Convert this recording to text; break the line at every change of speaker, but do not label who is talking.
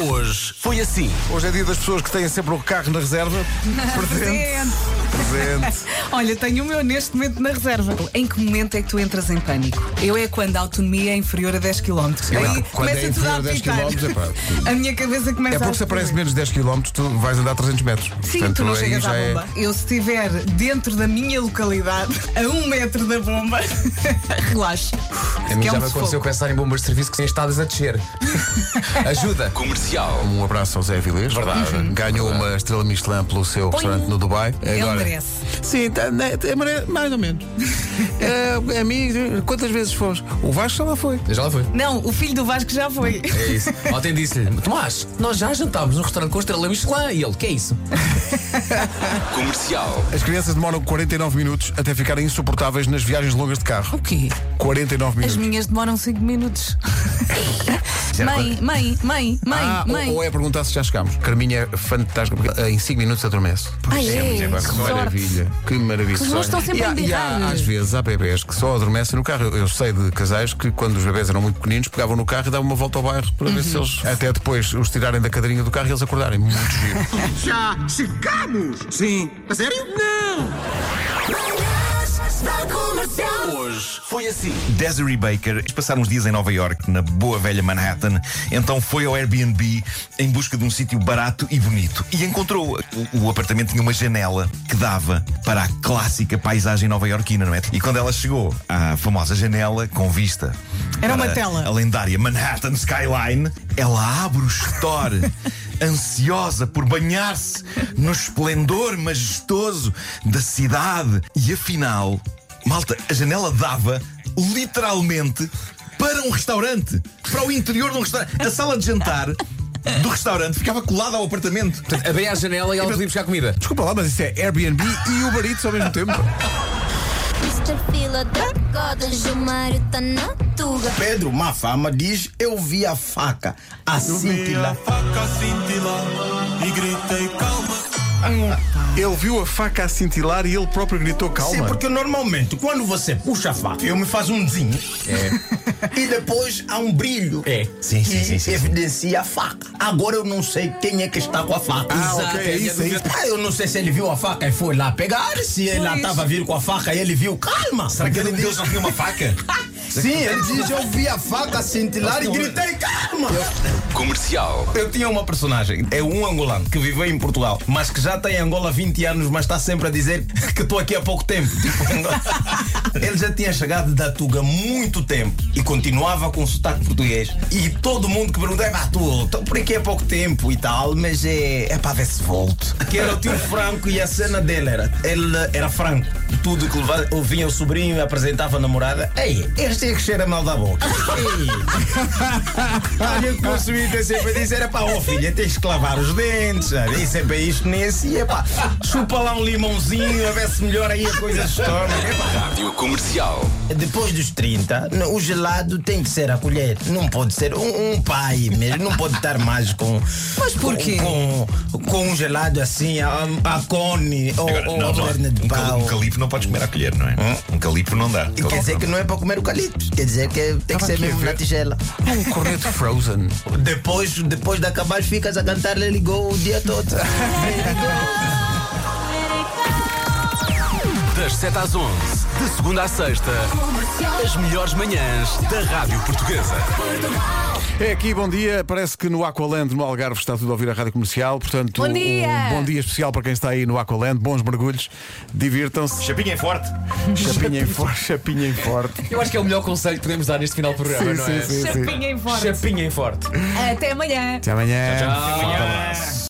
hoje foi assim.
Hoje é dia das pessoas que têm sempre o carro na reserva. é Presente. Presente.
Olha, tenho o meu neste momento na reserva. Em que momento é que tu entras em pânico? Eu é quando a autonomia é inferior a 10 km.
Eu,
Aí
quando
começa
é
tudo
inferior
a
a 10
apitar.
km, epá.
A minha cabeça começa
É
a
porque se aparece menos de 10 km, tu vais andar 300 metros.
Sim,
Portanto,
tu não
aí
chegas à
já é-
bomba. Eu, se estiver dentro da minha localidade, a um metro da bomba, relaxo.
A mim
Que é
já
um
me aconteceu
sufoco.
pensar em bombas de serviço que têm estadas a descer. Ajuda!
Comercial.
Um abraço ao Zé Vilês.
Verdade.
Ganhou uma estrela Michelin pelo seu restaurante no Dubai.
um. Ele merece.
Sim, tá, né, é mere- mais ou menos. é, a mim, quantas vezes fomos? O Vasco já lá foi.
Já lá foi.
Não, o filho do Vasco já foi.
É isso. Ontem disse-lhe, Tomás, nós já jantámos num restaurante com estrela Michelin. E ele, que é isso?
Comercial.
As crianças demoram 49 minutos até ficarem insuportáveis nas viagens longas de carro.
O quê?
49
As
minutos.
minhas demoram 5 minutos. mãe, mãe, mãe, mãe,
Ah, ou-
mãe.
ou é perguntar se já chegámos. Carminha é fantástica, porque eh, em 5 minutos adormece.
Ai, é?
muito bem.
Que
que
sorte.
maravilha. Que maravilha.
Os meus estão sempre
e há,
a
e há,
berrar.
às vezes, há bebés que só adormecem no carro. Eu, eu sei de casais que, quando os bebés eram muito pequeninos, pegavam no carro e davam uma volta ao bairro para ver se
Uhum.
eles, até depois, os tirarem da cadeirinha do carro e eles acordarem. Muito giro.
Já chegamos! Sim. A sério? Não!
Manhãs da Comercial.
Hoje foi assim.
Desiree Baker quis passar uns dias em Nova York, na boa velha Manhattan, então foi ao Airbnb em busca de um sítio barato e bonito. E encontrou. O, o apartamento tinha uma janela que dava para a clássica paisagem nova-iorquina, não é? E quando ela chegou à famosa janela com vista.
Era uma
para
tela.
A lendária Manhattan Skyline, ela abre o store. Ansiosa por banhar-se no esplendor majestoso da cidade. E afinal, malta, a janela dava literalmente para um restaurante. Para o interior de um restaurante. A sala de jantar do restaurante ficava colada ao apartamento.
Portanto, abri a janela e ela podia buscar comida.
Desculpa lá, mas isso é Airbnb e Uber Eats ao mesmo tempo.
Mr. Fila da Goda, Gilmário tá na tuga.
Pedro Mafama diz: Eu vi a faca, a cintilar.
Ele viu a faca a cintilar e ele próprio gritou
Ah. Sim, porque normalmente quando você puxa a faca, eu me faço um zinho. E depois há um brilho.
É.
É. Sim, sim,
que
sim, sim, sim.
evidencia a faca. Agora eu não sei quem é que está com a faca.
Ah, ok, é isso, é isso.
Ah, eu não sei se ele viu a faca
É
e foi lá pegar, se ele lá
Pois.
estava vir com a faca e ele viu. Calma!
Será que ele Deus não tinha uma faca?
Sim, ele diz: Eu vi a faca cintilar e gritei: Calma!
Comercial.
Eu tinha uma personagem, é um angolano que viveu em Portugal, mas que já está em Angola há 20 anos, mas está sempre a dizer que estou aqui há pouco tempo. Tipo, ele já tinha chegado da Tuga há muito tempo e continuava com sotaque português. E todo mundo que perguntava, ah, tu, estou por aqui há pouco tempo e tal, mas é, é para ver se volto. Que era o tio Franco e a cena dele era, ele era franco. Tudo que levava, ouvia o sobrinho e apresentava a namorada. Ei, este é que cheira mal da boca. Ei. Olha que o suíte sempre disse era pá, ó filha, tens que lavar os dentes, sabe? Isso é para isto nesse, e é pá, chupa lá um limãozinho, a ver se melhora aí a coisa se torna.
Rádio Comercial.
Depois dos 30, n- o gelado tem que ser a colher. Não pode ser um, um pai mesmo, não pode estar mais com.
Mas porquê?
Com, com, com um gelado assim, a, a cone ou,
Agora,
ou
não,
a
não.
perna de
Um, cal-
pau. Hum?
um calipo não podes comer à colher, não é? Um calipo não dá.
E Quer dizer que não é para comer o calipso, quer dizer que tem que ser
aqui a
mesmo
ver.
na tigela.
Um corneto Frozen.
Depois, depois de acabar, ficas a cantar Let It Go o dia todo.
Das 7 às 11. De segunda à sexta. As melhores manhãs da Rádio Portuguesa.
É aqui, bom dia. Parece que no Aqualand, no Algarve, está tudo a ouvir a rádio comercial. Portanto,
Bom dia.
um bom dia especial para quem está aí no Aqualand. Bons mergulhos, divirtam-se.
Chapinha é forte.
Chapinha em forte, chapinha em forte.
Eu acho que é o melhor conselho que podemos dar neste final do programa, não é?
Chapinha em forte.
Chapinha em forte.
Até amanhã.
Até amanhã.
Tchau.